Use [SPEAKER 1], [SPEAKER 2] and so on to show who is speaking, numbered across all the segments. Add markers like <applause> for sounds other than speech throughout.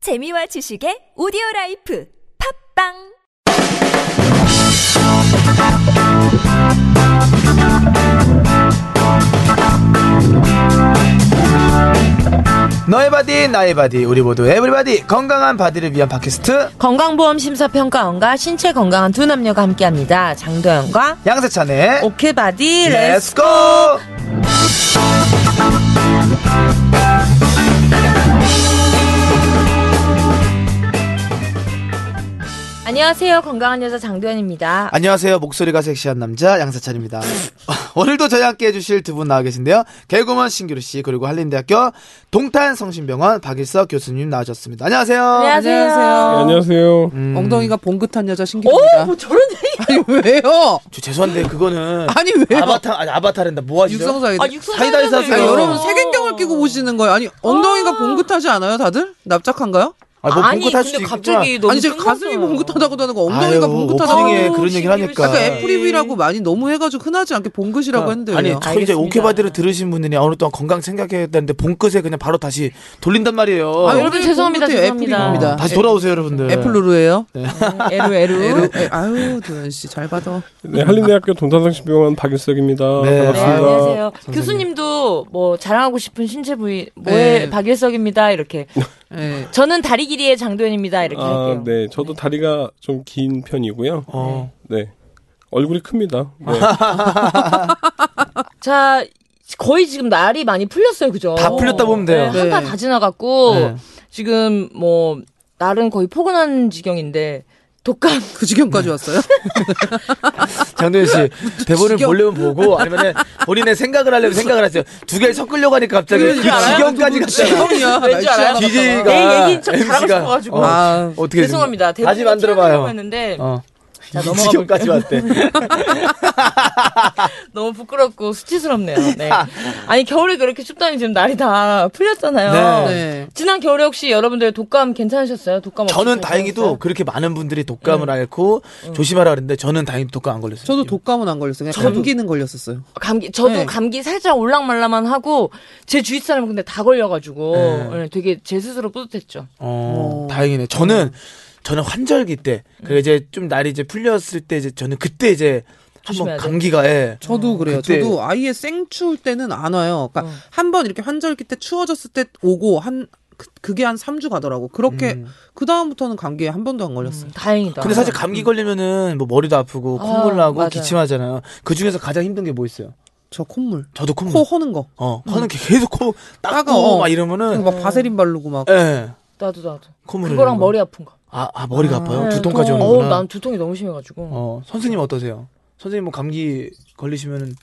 [SPEAKER 1] 재미와 지식의 오디오 라이프 팝빵
[SPEAKER 2] 너의 바디 나의 바디 우리 모두 에브리바디 건강한 바디를 위한 팟캐스트
[SPEAKER 3] 건강보험 심사평가원과 신체 건강한 두 남녀가 함께합니다. 장도연과
[SPEAKER 2] 양세찬의
[SPEAKER 3] 어, 오케바디 레스.
[SPEAKER 2] 렛츠고
[SPEAKER 3] 안녕하세요. 건강한 여자 장도연입니다.
[SPEAKER 2] 안녕하세요 목소리가 섹시한 남자 양세찬입니다 <laughs> 오늘도 저희 함께 해주실 두 분 나와 계신데요 개그먼 신규루씨 그리고 한림대학교 동탄성심병원 박일석 교수님 나와주셨습니다 안녕하세요
[SPEAKER 3] 안녕하세요.
[SPEAKER 4] 네, 안녕하세요.
[SPEAKER 2] 음.
[SPEAKER 5] 엉덩이가 봉긋한 여자
[SPEAKER 3] 오,
[SPEAKER 5] 신기입니다.
[SPEAKER 3] 뭐 저런
[SPEAKER 5] 아니 왜요?
[SPEAKER 2] 저 죄송한데 그거는
[SPEAKER 5] 아니
[SPEAKER 2] <laughs>
[SPEAKER 5] 왜요?
[SPEAKER 2] 아바타 아니 아바타랜다 뭐 하시죠?
[SPEAKER 5] 육성사에
[SPEAKER 3] 아, 어. 육성
[SPEAKER 2] 사이다를
[SPEAKER 3] 사이다네요.
[SPEAKER 2] 사세요.
[SPEAKER 5] 아니,
[SPEAKER 2] 어.
[SPEAKER 5] 여러분 색안경을 끼고 보시는 거예요. 아니 엉덩이가 봉긋하지 않아요, 다들? 납작한가요?
[SPEAKER 2] 아니, 뭐
[SPEAKER 3] 아니,
[SPEAKER 2] 봉긋할
[SPEAKER 3] 근데
[SPEAKER 2] 수도
[SPEAKER 3] 갑자기
[SPEAKER 2] 있겠지만
[SPEAKER 3] 너무
[SPEAKER 5] 아니 제가 가슴이
[SPEAKER 3] 뜬금없어요.
[SPEAKER 5] 봉긋하다고도 하는 거
[SPEAKER 2] 아유,
[SPEAKER 5] 엉덩이가 봉긋하다고
[SPEAKER 2] 오프닝에
[SPEAKER 5] 하는 거.
[SPEAKER 2] 그런 얘기를 하니까
[SPEAKER 5] 아까
[SPEAKER 3] 씨.
[SPEAKER 5] 애프리위라고 많이 너무 해가지고 흔하지 않게 봉긋이라고 했는데
[SPEAKER 2] 아니
[SPEAKER 5] 왜요?
[SPEAKER 2] 저 이제
[SPEAKER 3] 알겠습니다.
[SPEAKER 2] 오케바디를 들으신 분들이 어느 동안 건강 생각해야겠다는데 봉끝에 그냥 바로 다시 돌린단 말이에요 어,
[SPEAKER 5] 아니,
[SPEAKER 3] 여러분
[SPEAKER 5] 오늘
[SPEAKER 3] 죄송합니다,
[SPEAKER 5] 봉긋해요.
[SPEAKER 3] 죄송합니다.
[SPEAKER 5] 애프리위입니다.
[SPEAKER 2] 다시 돌아오세요 네. 여러분들
[SPEAKER 5] 애플루루예요.
[SPEAKER 3] 에루 에루.
[SPEAKER 5] 에루- 에- 아유 도현 씨 잘 받아.
[SPEAKER 4] 네, 한림대학교 동탄성심병원 박일석입니다.
[SPEAKER 2] 네,
[SPEAKER 3] 네,
[SPEAKER 4] 반갑습니다.
[SPEAKER 3] 안녕하세요. 교수님도 뭐 자랑하고 싶은 신체 부위 뭐에
[SPEAKER 5] 네.
[SPEAKER 3] 박일석입니다. 이렇게.
[SPEAKER 5] 예.
[SPEAKER 3] 저는 다리 길이의 장도연입니다. 이렇게
[SPEAKER 4] 아,
[SPEAKER 3] 할게요.
[SPEAKER 4] 네, 저도 다리가 좀 긴 편이고요.
[SPEAKER 2] 어.
[SPEAKER 4] 네, 얼굴이 큽니다.
[SPEAKER 5] <laughs>
[SPEAKER 4] 네.
[SPEAKER 3] 자, 거의 지금 날이 많이 풀렸어요. 그죠?
[SPEAKER 2] 다 풀렸다 보면 돼요.
[SPEAKER 3] 네, 한파
[SPEAKER 5] 네.
[SPEAKER 3] 다 지나갔고
[SPEAKER 2] 네.
[SPEAKER 3] 지금 뭐 날은 거의 포근한 지경인데
[SPEAKER 2] <laughs>
[SPEAKER 3] 독감
[SPEAKER 2] 네.
[SPEAKER 5] 그 지경까지 왔어요?
[SPEAKER 2] 장도현
[SPEAKER 3] <laughs>
[SPEAKER 2] 씨 대본을
[SPEAKER 5] 지경.
[SPEAKER 2] 보려면 보고 아니면 본인의 생각을 하려면 생각을 하세요. 두 개를 섞으려고 하니까 갑자기 그
[SPEAKER 5] 그러니까 알아요?
[SPEAKER 2] 지경까지 갔잖아.
[SPEAKER 5] 지경이야.
[SPEAKER 3] 왠지 알아요?
[SPEAKER 5] 날씨
[SPEAKER 2] DJ가
[SPEAKER 3] 내 얘기 좀 잘하고 싶어가지고.
[SPEAKER 2] 어,
[SPEAKER 5] 아,
[SPEAKER 2] 어떻게
[SPEAKER 3] 죄송합니다.
[SPEAKER 2] 지금- 다시 만들어봐요.
[SPEAKER 3] 했는데
[SPEAKER 2] 어.
[SPEAKER 3] 자,
[SPEAKER 2] 이
[SPEAKER 3] <laughs> 넘어가
[SPEAKER 2] 지경까지 왔대.
[SPEAKER 3] 너무 부끄럽고 수치스럽네요.
[SPEAKER 2] <laughs>
[SPEAKER 3] 네. 아니 겨울에 그렇게 춥다니 지금 날이 다 풀렸잖아요.
[SPEAKER 2] 네.
[SPEAKER 5] 네.
[SPEAKER 3] 지난 겨울에 혹시 여러분들 독감 괜찮으셨어요? 독감
[SPEAKER 2] 저는
[SPEAKER 3] 없으셨어요?
[SPEAKER 2] 다행히도 그렇게 많은 분들이
[SPEAKER 3] 네.
[SPEAKER 2] 독감을 앓고
[SPEAKER 3] 음.
[SPEAKER 2] 조심하라 그랬는데 저는 다행히 독감 안 걸렸어요.
[SPEAKER 5] 저도 독감은 안 걸렸어요. 그냥 감기는 걸렸었어요.
[SPEAKER 3] 감기 저도
[SPEAKER 5] 네.
[SPEAKER 3] 감기 살짝 올랑말랑만 하고 제 주위 사람은 근데 다 걸려가지고
[SPEAKER 2] 네.
[SPEAKER 3] 네, 되게 제 스스로 뿌듯했죠.
[SPEAKER 2] 어, 다행이네. 저는
[SPEAKER 3] 음.
[SPEAKER 2] 저는 환절기 때 그리고 이제 좀 날이 이제 풀렸을 때 이제 저는 그때 이제 한번
[SPEAKER 3] 조심해야 돼.
[SPEAKER 2] 감기가 예.
[SPEAKER 5] 저도 그래요.
[SPEAKER 2] 그때-
[SPEAKER 5] 저도 아예 생추울 때는 안 와요. 그러니까 한 번 이렇게 환절기 때 추워졌을 때 오고 한 그, 게한 3주 가더라고. 그렇게 그 다음부터는 감기에 한 번도 안
[SPEAKER 3] 음.
[SPEAKER 5] 걸렸어요.
[SPEAKER 3] 다행이다.
[SPEAKER 2] 근데 사실 감기 걸리면은 뭐 머리도 아프고
[SPEAKER 3] 음. 아,
[SPEAKER 2] 콧물 나고
[SPEAKER 3] 맞아요.
[SPEAKER 2] 기침하잖아요. 그 중에서 가장 힘든 게 뭐 있어요?
[SPEAKER 5] 저 콧물,
[SPEAKER 2] 저도 콧물.
[SPEAKER 5] 코 허는 거.
[SPEAKER 2] 어,
[SPEAKER 3] 음.
[SPEAKER 2] 하는 게 계속 코
[SPEAKER 3] 어,
[SPEAKER 5] 따가워.
[SPEAKER 2] 닦고 막
[SPEAKER 5] 그리고
[SPEAKER 2] 이러면은
[SPEAKER 5] 막 바세린 바르고 막.
[SPEAKER 2] 예.
[SPEAKER 3] 나도 나도.
[SPEAKER 2] 콧물
[SPEAKER 3] 그거랑 머리 아픈 거.
[SPEAKER 2] 아, 아 머리가 아파요.
[SPEAKER 3] 네,
[SPEAKER 2] 두통까지
[SPEAKER 3] 통.
[SPEAKER 2] 오는구나.
[SPEAKER 3] 어우, 난 두통이 너무 심해가지고.
[SPEAKER 2] 어, 선생님 어떠세요? 선생님 뭐 감기 걸리시면은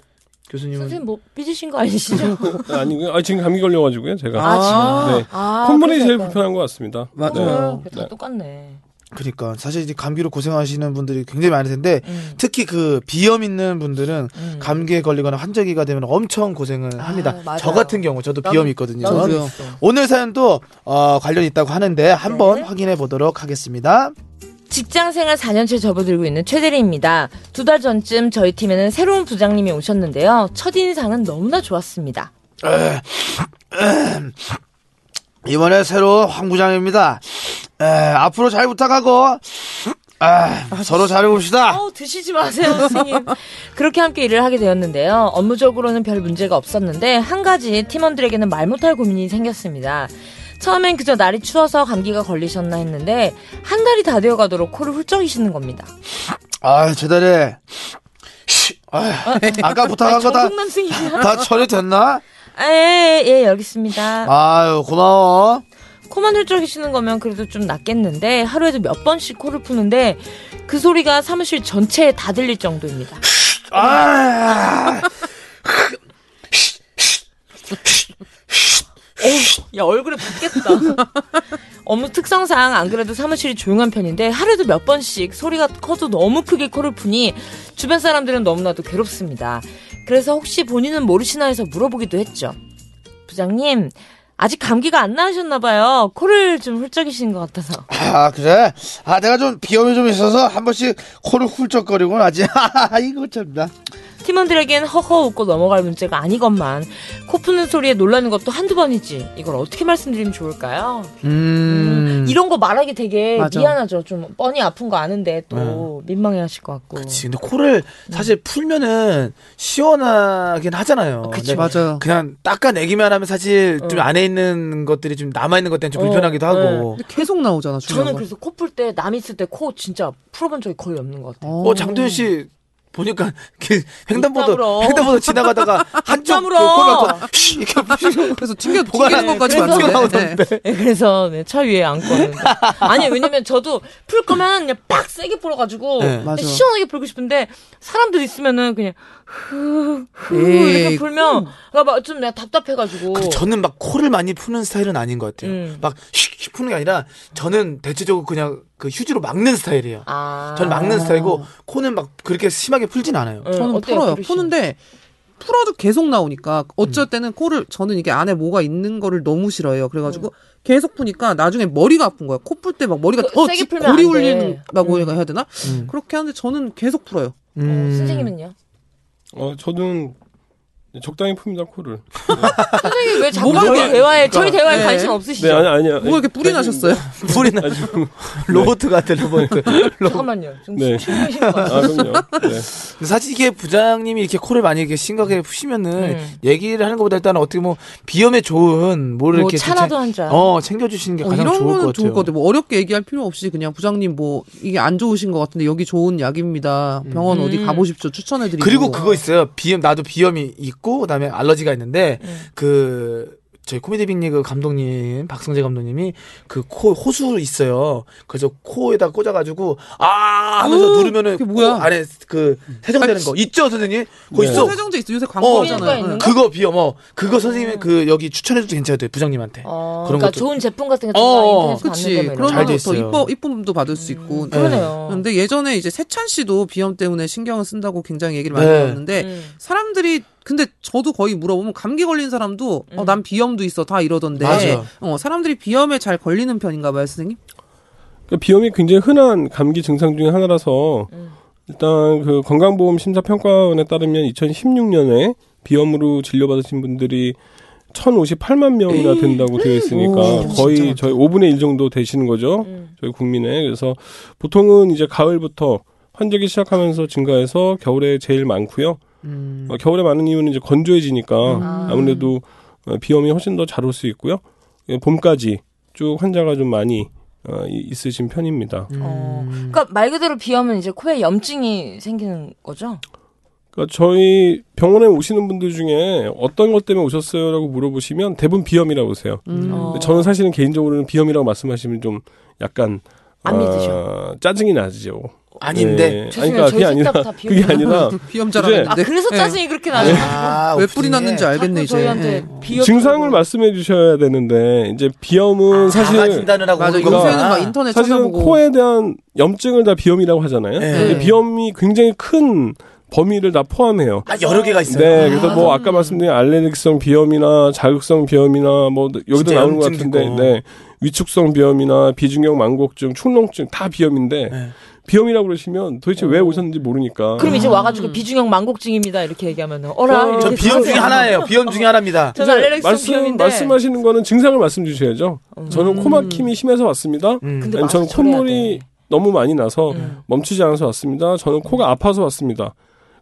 [SPEAKER 2] 교수님은
[SPEAKER 3] 선생님 뭐 삐지신 거 아니시죠?
[SPEAKER 4] 아니, 아, 지금 감기 걸려가지고요, 제가.
[SPEAKER 5] 아,
[SPEAKER 4] 네.
[SPEAKER 3] 아,
[SPEAKER 4] 콧물이
[SPEAKER 3] 그래서
[SPEAKER 4] 제일
[SPEAKER 3] 약간-
[SPEAKER 4] 불편한 것 같습니다.
[SPEAKER 5] 맞아요.
[SPEAKER 3] 그래, 다
[SPEAKER 4] 네.
[SPEAKER 3] 똑같네.
[SPEAKER 2] 그러니까 사실 이제 감기로 고생하시는 분들이 굉장히 많을 텐데
[SPEAKER 3] 음,
[SPEAKER 2] 특히 그 비염 있는 분들은 감기에 걸리거나 환절기가 되면 엄청 고생을 합니다.
[SPEAKER 3] 맞아요.
[SPEAKER 2] 저 같은 경우 저도 비염이 있거든요.
[SPEAKER 3] 나도
[SPEAKER 5] 저도요.
[SPEAKER 3] 그랬어.
[SPEAKER 2] 오늘 사연도 어, 관련 있다고 하는데 한번
[SPEAKER 3] 네.
[SPEAKER 2] 확인해 보도록 하겠습니다.
[SPEAKER 3] 직장 생활 4년째 접어들고 있는 최대리입니다. 두 달 전쯤 저희 팀에는 새로운 부장님이 오셨는데요. 첫인상은 너무나 좋았습니다.
[SPEAKER 2] 이번에 새로 황 부장입니다. 에, 앞으로 잘 부탁하고 에, 서로 잘해봅시다.
[SPEAKER 3] 아우 드시지 마세요, 선생님. 그렇게 함께 일을 하게 되었는데요. 업무적으로는 별 문제가 없었는데 한 가지 팀원들에게는 말 못할 고민이 생겼습니다. 처음엔 그저 날이 추워서 감기가 걸리셨나 했는데 한 달이 다 되어가도록 코를 훌쩍 이시는 겁니다.
[SPEAKER 2] 아, 제대리. 아, 아까 부탁한 거 다
[SPEAKER 3] 정동남승이야.
[SPEAKER 2] 다 처리됐나?
[SPEAKER 3] 예, 예, 여기 있습니다.
[SPEAKER 2] 아유, 고마워.
[SPEAKER 3] 코만 훌쩍이시는 거면 그래도 좀 낫겠는데 하루에도 몇 번씩 코를 푸는데 그 소리가 사무실 전체에 다 들릴 정도입니다.
[SPEAKER 2] 아,
[SPEAKER 3] 야 얼굴에 <laughs> 붓겠다. 업무 특성상 안 그래도 사무실이 조용한 편인데 하루에도 몇 번씩 소리가 커도 너무 크게 코를 푸니 주변 사람들은 너무나도 괴롭습니다. 그래서 혹시 본인은 모르시나 해서 물어보기도 했죠. 부장님 아직 감기가 안 나으셨나 봐요. 코를 좀 훌쩍이시는 것 같아서.
[SPEAKER 2] 아, 그래? 아, 내가 좀 비염이 좀 있어서 한 번씩 코를 훌쩍거리곤 <laughs> 하지. 이거 참나.
[SPEAKER 3] 팀원들에겐 허허 웃고 넘어갈 문제가 아니건만 코 푸는 소리에 놀라는 것도 한두 번이지 이걸 어떻게 말씀드리면 좋을까요?
[SPEAKER 2] 음.
[SPEAKER 3] 이런 거 말하기 되게
[SPEAKER 5] 맞아.
[SPEAKER 3] 미안하죠. 좀 뻔히 아픈 거 아는데 또 민망해하실 것 같고.
[SPEAKER 6] 그치. 근데 코를 사실 풀면은 시원하긴 하잖아요. 근데
[SPEAKER 5] 네. 맞아요.
[SPEAKER 6] 네. 그냥 닦아내기만 하면 사실 좀 안에 있는 것들이 좀 남아있는 것 때문에 좀
[SPEAKER 3] 어,
[SPEAKER 6] 불편하기도 하고.
[SPEAKER 5] 근데 계속 나오잖아 중요한
[SPEAKER 3] 저는
[SPEAKER 5] 건.
[SPEAKER 3] 그래서 코 풀 때 남 있을 때 코 진짜 풀어본 적이 거의 없는 것 같아요.
[SPEAKER 6] 어, 장도연 씨 보니까 이렇게
[SPEAKER 3] 울어.
[SPEAKER 6] 횡단보도
[SPEAKER 5] <laughs>
[SPEAKER 6] 횡단보도 지나가다가 한쪽 그
[SPEAKER 3] 울어.
[SPEAKER 6] 코를 쉬 이렇게 푸시고
[SPEAKER 5] 그래서 튕겨
[SPEAKER 6] 보관-
[SPEAKER 5] 튕기는 것까지
[SPEAKER 3] 그래서-
[SPEAKER 5] 봤는데.
[SPEAKER 6] 튀어나오던데.
[SPEAKER 3] 예, 그래서 네, 차 위에 안고 왔는데. 아니 왜냐면 저도 풀 거면 그냥 빡 세게 풀어가지고
[SPEAKER 6] 네.
[SPEAKER 3] 그냥
[SPEAKER 5] 맞아.
[SPEAKER 3] 시원하게 풀고 싶은데 사람들 있으면은 그냥 흐흐
[SPEAKER 5] 에이,
[SPEAKER 3] 이렇게 풀면 그러니까 나막좀 내가 답답해가지고.
[SPEAKER 6] 근데 저는 막 코를 많이 푸는 스타일은 아닌 것 같아요.
[SPEAKER 3] 음.
[SPEAKER 6] 막휙 푸는 게 아니라 저는 대체적으로 그냥 그 휴지로 막는 스타일이에요.
[SPEAKER 3] 아.
[SPEAKER 6] 저는 막는 스타일이고 코는 막 그렇게 심하게 풀진 않아요.
[SPEAKER 3] 응,
[SPEAKER 5] 저는
[SPEAKER 3] 네, 어때요,
[SPEAKER 5] 풀어요.
[SPEAKER 3] 그릇이?
[SPEAKER 5] 푸는데 풀어도 계속 나오니까 어쩔
[SPEAKER 3] 음.
[SPEAKER 5] 때는 코를 저는 이게 안에 뭐가 있는 거를 너무 싫어해요. 그래가지고
[SPEAKER 3] 음.
[SPEAKER 5] 계속 푸니까 나중에 머리가 아픈 거야. 코 풀 때 막 머리가
[SPEAKER 3] 그
[SPEAKER 5] 어,
[SPEAKER 3] 세게
[SPEAKER 5] 지-
[SPEAKER 3] 풀면
[SPEAKER 5] 골이
[SPEAKER 3] 안 돼.
[SPEAKER 5] 울린다고 해야 되나?
[SPEAKER 6] 음.
[SPEAKER 5] 그렇게 하는데 저는 계속 풀어요.
[SPEAKER 3] 어,
[SPEAKER 6] 음.
[SPEAKER 3] 선생님은요?
[SPEAKER 4] 어, 저는 적당히 풉니다 코를.
[SPEAKER 3] 선생님 왜 자꾸
[SPEAKER 5] 뭐가
[SPEAKER 3] 저희
[SPEAKER 5] 이렇게-
[SPEAKER 3] 대화에 저희 대화에
[SPEAKER 5] 네.
[SPEAKER 3] 관심
[SPEAKER 4] 네,
[SPEAKER 3] 없으시죠?
[SPEAKER 4] 아니 아니요. 네.
[SPEAKER 5] 뭐가 이렇게 뿌리 나셨어요?
[SPEAKER 6] 뿌리 나 <laughs> 로봇 같아 <laughs> 로봇.
[SPEAKER 3] 잠깐만요. 좀
[SPEAKER 4] 네.
[SPEAKER 3] 힘드실 것 같아요.
[SPEAKER 4] 아 그럼요. 네.
[SPEAKER 6] 근데 사실 이게 부장님이 이렇게 코를 많이 이렇게 심각하게 푸시면은
[SPEAKER 3] 음.
[SPEAKER 6] 얘기를 하는 것보다 일단 어떻게 뭐 비염에 좋은 뭐를
[SPEAKER 3] 뭐
[SPEAKER 6] 이렇게
[SPEAKER 3] 차라도
[SPEAKER 6] 괜찮-
[SPEAKER 3] 한 잔.
[SPEAKER 6] 어 챙겨주시는 게
[SPEAKER 5] 어,
[SPEAKER 6] 가장
[SPEAKER 5] 이런
[SPEAKER 6] 좋을 것
[SPEAKER 5] 거는
[SPEAKER 6] 같아요.
[SPEAKER 5] 좋을 것 같아요. 뭐 어렵게 얘기할 필요 없이 그냥 부장님 뭐 이게 안 좋으신 것 같은데 여기 좋은 약입니다. 병원 어디
[SPEAKER 3] 음.
[SPEAKER 5] 가보십시오. 추천해드리고.
[SPEAKER 6] 그리고 그거 있어요. 비염 나도 비염이 있고 그다음에 알러지가 있는데
[SPEAKER 5] 네.
[SPEAKER 6] 그 저희 코미디 빅리그 감독님 박성재 감독님이 그 코 호수 있어요. 그래서 코에다 꽂아가지고 아 하면서
[SPEAKER 5] 어,
[SPEAKER 6] 누르면은
[SPEAKER 5] 그게 뭐야?
[SPEAKER 6] 코 안에 그 세정되는 거 있죠 선생님? 그거
[SPEAKER 4] 네.
[SPEAKER 6] 있어.
[SPEAKER 5] 또 뭐, 세정제 있어. 요새
[SPEAKER 6] 어,
[SPEAKER 3] 효과가
[SPEAKER 5] 광고잖아요.
[SPEAKER 3] 있는 거?
[SPEAKER 6] 그거 비염 어 그거 선생님 그 여기 추천해줘도 괜찮아요 부장님한테.
[SPEAKER 3] 어,
[SPEAKER 6] 그런
[SPEAKER 3] 그러니까
[SPEAKER 6] 것도-
[SPEAKER 3] 좋은 제품 같은 거
[SPEAKER 6] 어,
[SPEAKER 3] 어, 인터넷에서
[SPEAKER 5] 그치.
[SPEAKER 3] 봤는데
[SPEAKER 6] 잘
[SPEAKER 5] 그러면
[SPEAKER 6] 돼
[SPEAKER 5] 더
[SPEAKER 6] 있어요.
[SPEAKER 5] 이뻐, 이쁨도 받을 수 있고.
[SPEAKER 6] 그런-
[SPEAKER 3] 음. 그러네요.
[SPEAKER 5] 근데 예전에 이제 세찬 씨도 비염 때문에 신경을 쓴다고 굉장히 얘기를 많이
[SPEAKER 6] 네.
[SPEAKER 5] 들었는데
[SPEAKER 3] 음.
[SPEAKER 5] 사람들이 근데 저도 거의 물어보면 감기 걸린 사람도
[SPEAKER 3] 음.
[SPEAKER 5] 어, 난 비염도 있어 다 이러던데
[SPEAKER 6] 맞아요.
[SPEAKER 5] 어, 사람들이 비염에 잘 걸리는 편인가 봐요 선생님
[SPEAKER 4] 그러니까 비염이 굉장히 흔한 감기 증상 중에 하나라서
[SPEAKER 6] 음.
[SPEAKER 4] 일단 그 건강보험 심사평가원에 따르면 2016년에 비염으로 진료받으신 분들이 1,058만 명이나 된다고 되어 있으니까
[SPEAKER 6] 음. 오, 진짜
[SPEAKER 4] 거의
[SPEAKER 6] 많다.
[SPEAKER 4] 저희 5분의 1 정도 되시는 거죠.
[SPEAKER 3] 음.
[SPEAKER 4] 저희 국민의. 그래서 보통은 이제 가을부터 환절기 시작하면서 증가해서 겨울에 제일 많고요.
[SPEAKER 6] 음.
[SPEAKER 4] 어, 겨울에 많은 이유는 이제 건조해지니까 아무래도 어, 비염이 훨씬 더 잘 올 수 있고요. 예, 봄까지 쭉 환자가 좀 많이 어, 이- 있으신 편입니다.
[SPEAKER 3] 어, 그러니까 말 그대로 비염은 이제 코에 염증이 생기는 거죠.
[SPEAKER 4] 그러니까 저희 병원에 오시는 분들 중에 어떤 것 때문에 오셨어요라고 물어보시면 대부분 비염이라고 오세요.
[SPEAKER 3] 어.
[SPEAKER 4] 근데 저는 사실은 개인적으로는 비염이라고 말씀하시면 좀 약간
[SPEAKER 3] 안
[SPEAKER 4] 아,
[SPEAKER 3] 믿으셔.
[SPEAKER 4] 짜증이 나죠.
[SPEAKER 6] 아닌데.
[SPEAKER 3] 죄송해요.
[SPEAKER 4] 아니, 그러니까
[SPEAKER 3] 저희
[SPEAKER 4] 그게 아니라
[SPEAKER 3] 식탁 다
[SPEAKER 4] <laughs> 그게
[SPEAKER 3] 비염이라.
[SPEAKER 6] 어.
[SPEAKER 4] 아니라
[SPEAKER 5] 비염
[SPEAKER 3] 아
[SPEAKER 5] 자랑했는데
[SPEAKER 3] 그래서
[SPEAKER 5] 예.
[SPEAKER 3] 짜증이 그렇게 나죠.
[SPEAKER 6] 아,
[SPEAKER 5] 왜
[SPEAKER 6] 오프닝에.
[SPEAKER 5] 뿌리 났는지
[SPEAKER 3] 자꾸
[SPEAKER 5] 알겠네 이제
[SPEAKER 3] 저희한테 음.
[SPEAKER 5] 예.
[SPEAKER 3] 비염 뭐.
[SPEAKER 4] 증상을 말씀해 주셔야 되는데 이제 비염은 사실
[SPEAKER 6] 아, 자가 진단을 하고
[SPEAKER 5] 맞아
[SPEAKER 6] 오는 거구나.
[SPEAKER 5] 요새는 막 인터넷
[SPEAKER 4] 사실은
[SPEAKER 5] 찾아보고
[SPEAKER 4] 코에 대한 염증을 다 비염이라고 하잖아요.
[SPEAKER 6] 네.
[SPEAKER 4] 근데 비염이 굉장히 큰 범위를 다 포함해요.
[SPEAKER 6] 아, 여러 개가 있어요.
[SPEAKER 4] 네, 그래서 뭐 아까 말씀드린 알레르기성 비염이나 자극성 비염이나 뭐 여기도
[SPEAKER 6] 진짜
[SPEAKER 4] 나오는 것
[SPEAKER 6] 염증도
[SPEAKER 4] 같은데,
[SPEAKER 6] 있고.
[SPEAKER 4] 네, 위축성 비염이나 비중형 만곡증, 충농증 다 비염인데
[SPEAKER 6] 네.
[SPEAKER 4] 비염이라고 그러시면 도대체 왜 오셨는지 모르니까.
[SPEAKER 3] 그럼 이제 와가지고 비중형 망곡증입니다 이렇게 얘기하면 어라.
[SPEAKER 4] 어,
[SPEAKER 3] 이렇게
[SPEAKER 6] 전 비염 중에
[SPEAKER 3] 하세요.
[SPEAKER 5] 아,
[SPEAKER 6] 하나예요. 비염 중에 하나입니다.
[SPEAKER 3] 저는 알레르기성
[SPEAKER 4] 네, 말씀
[SPEAKER 3] 비염인데. 음.
[SPEAKER 4] 말씀하시는 거는 증상을 말씀 주셔야죠. 저는 코막힘이 심해서 왔습니다.
[SPEAKER 3] 근데
[SPEAKER 4] 아니, 저는
[SPEAKER 3] 마스크 처리해야
[SPEAKER 4] 콧물이
[SPEAKER 3] 돼. 음.
[SPEAKER 4] 너무 많이 나서 멈추지 않아서 왔습니다. 저는 코가 아파서 왔습니다.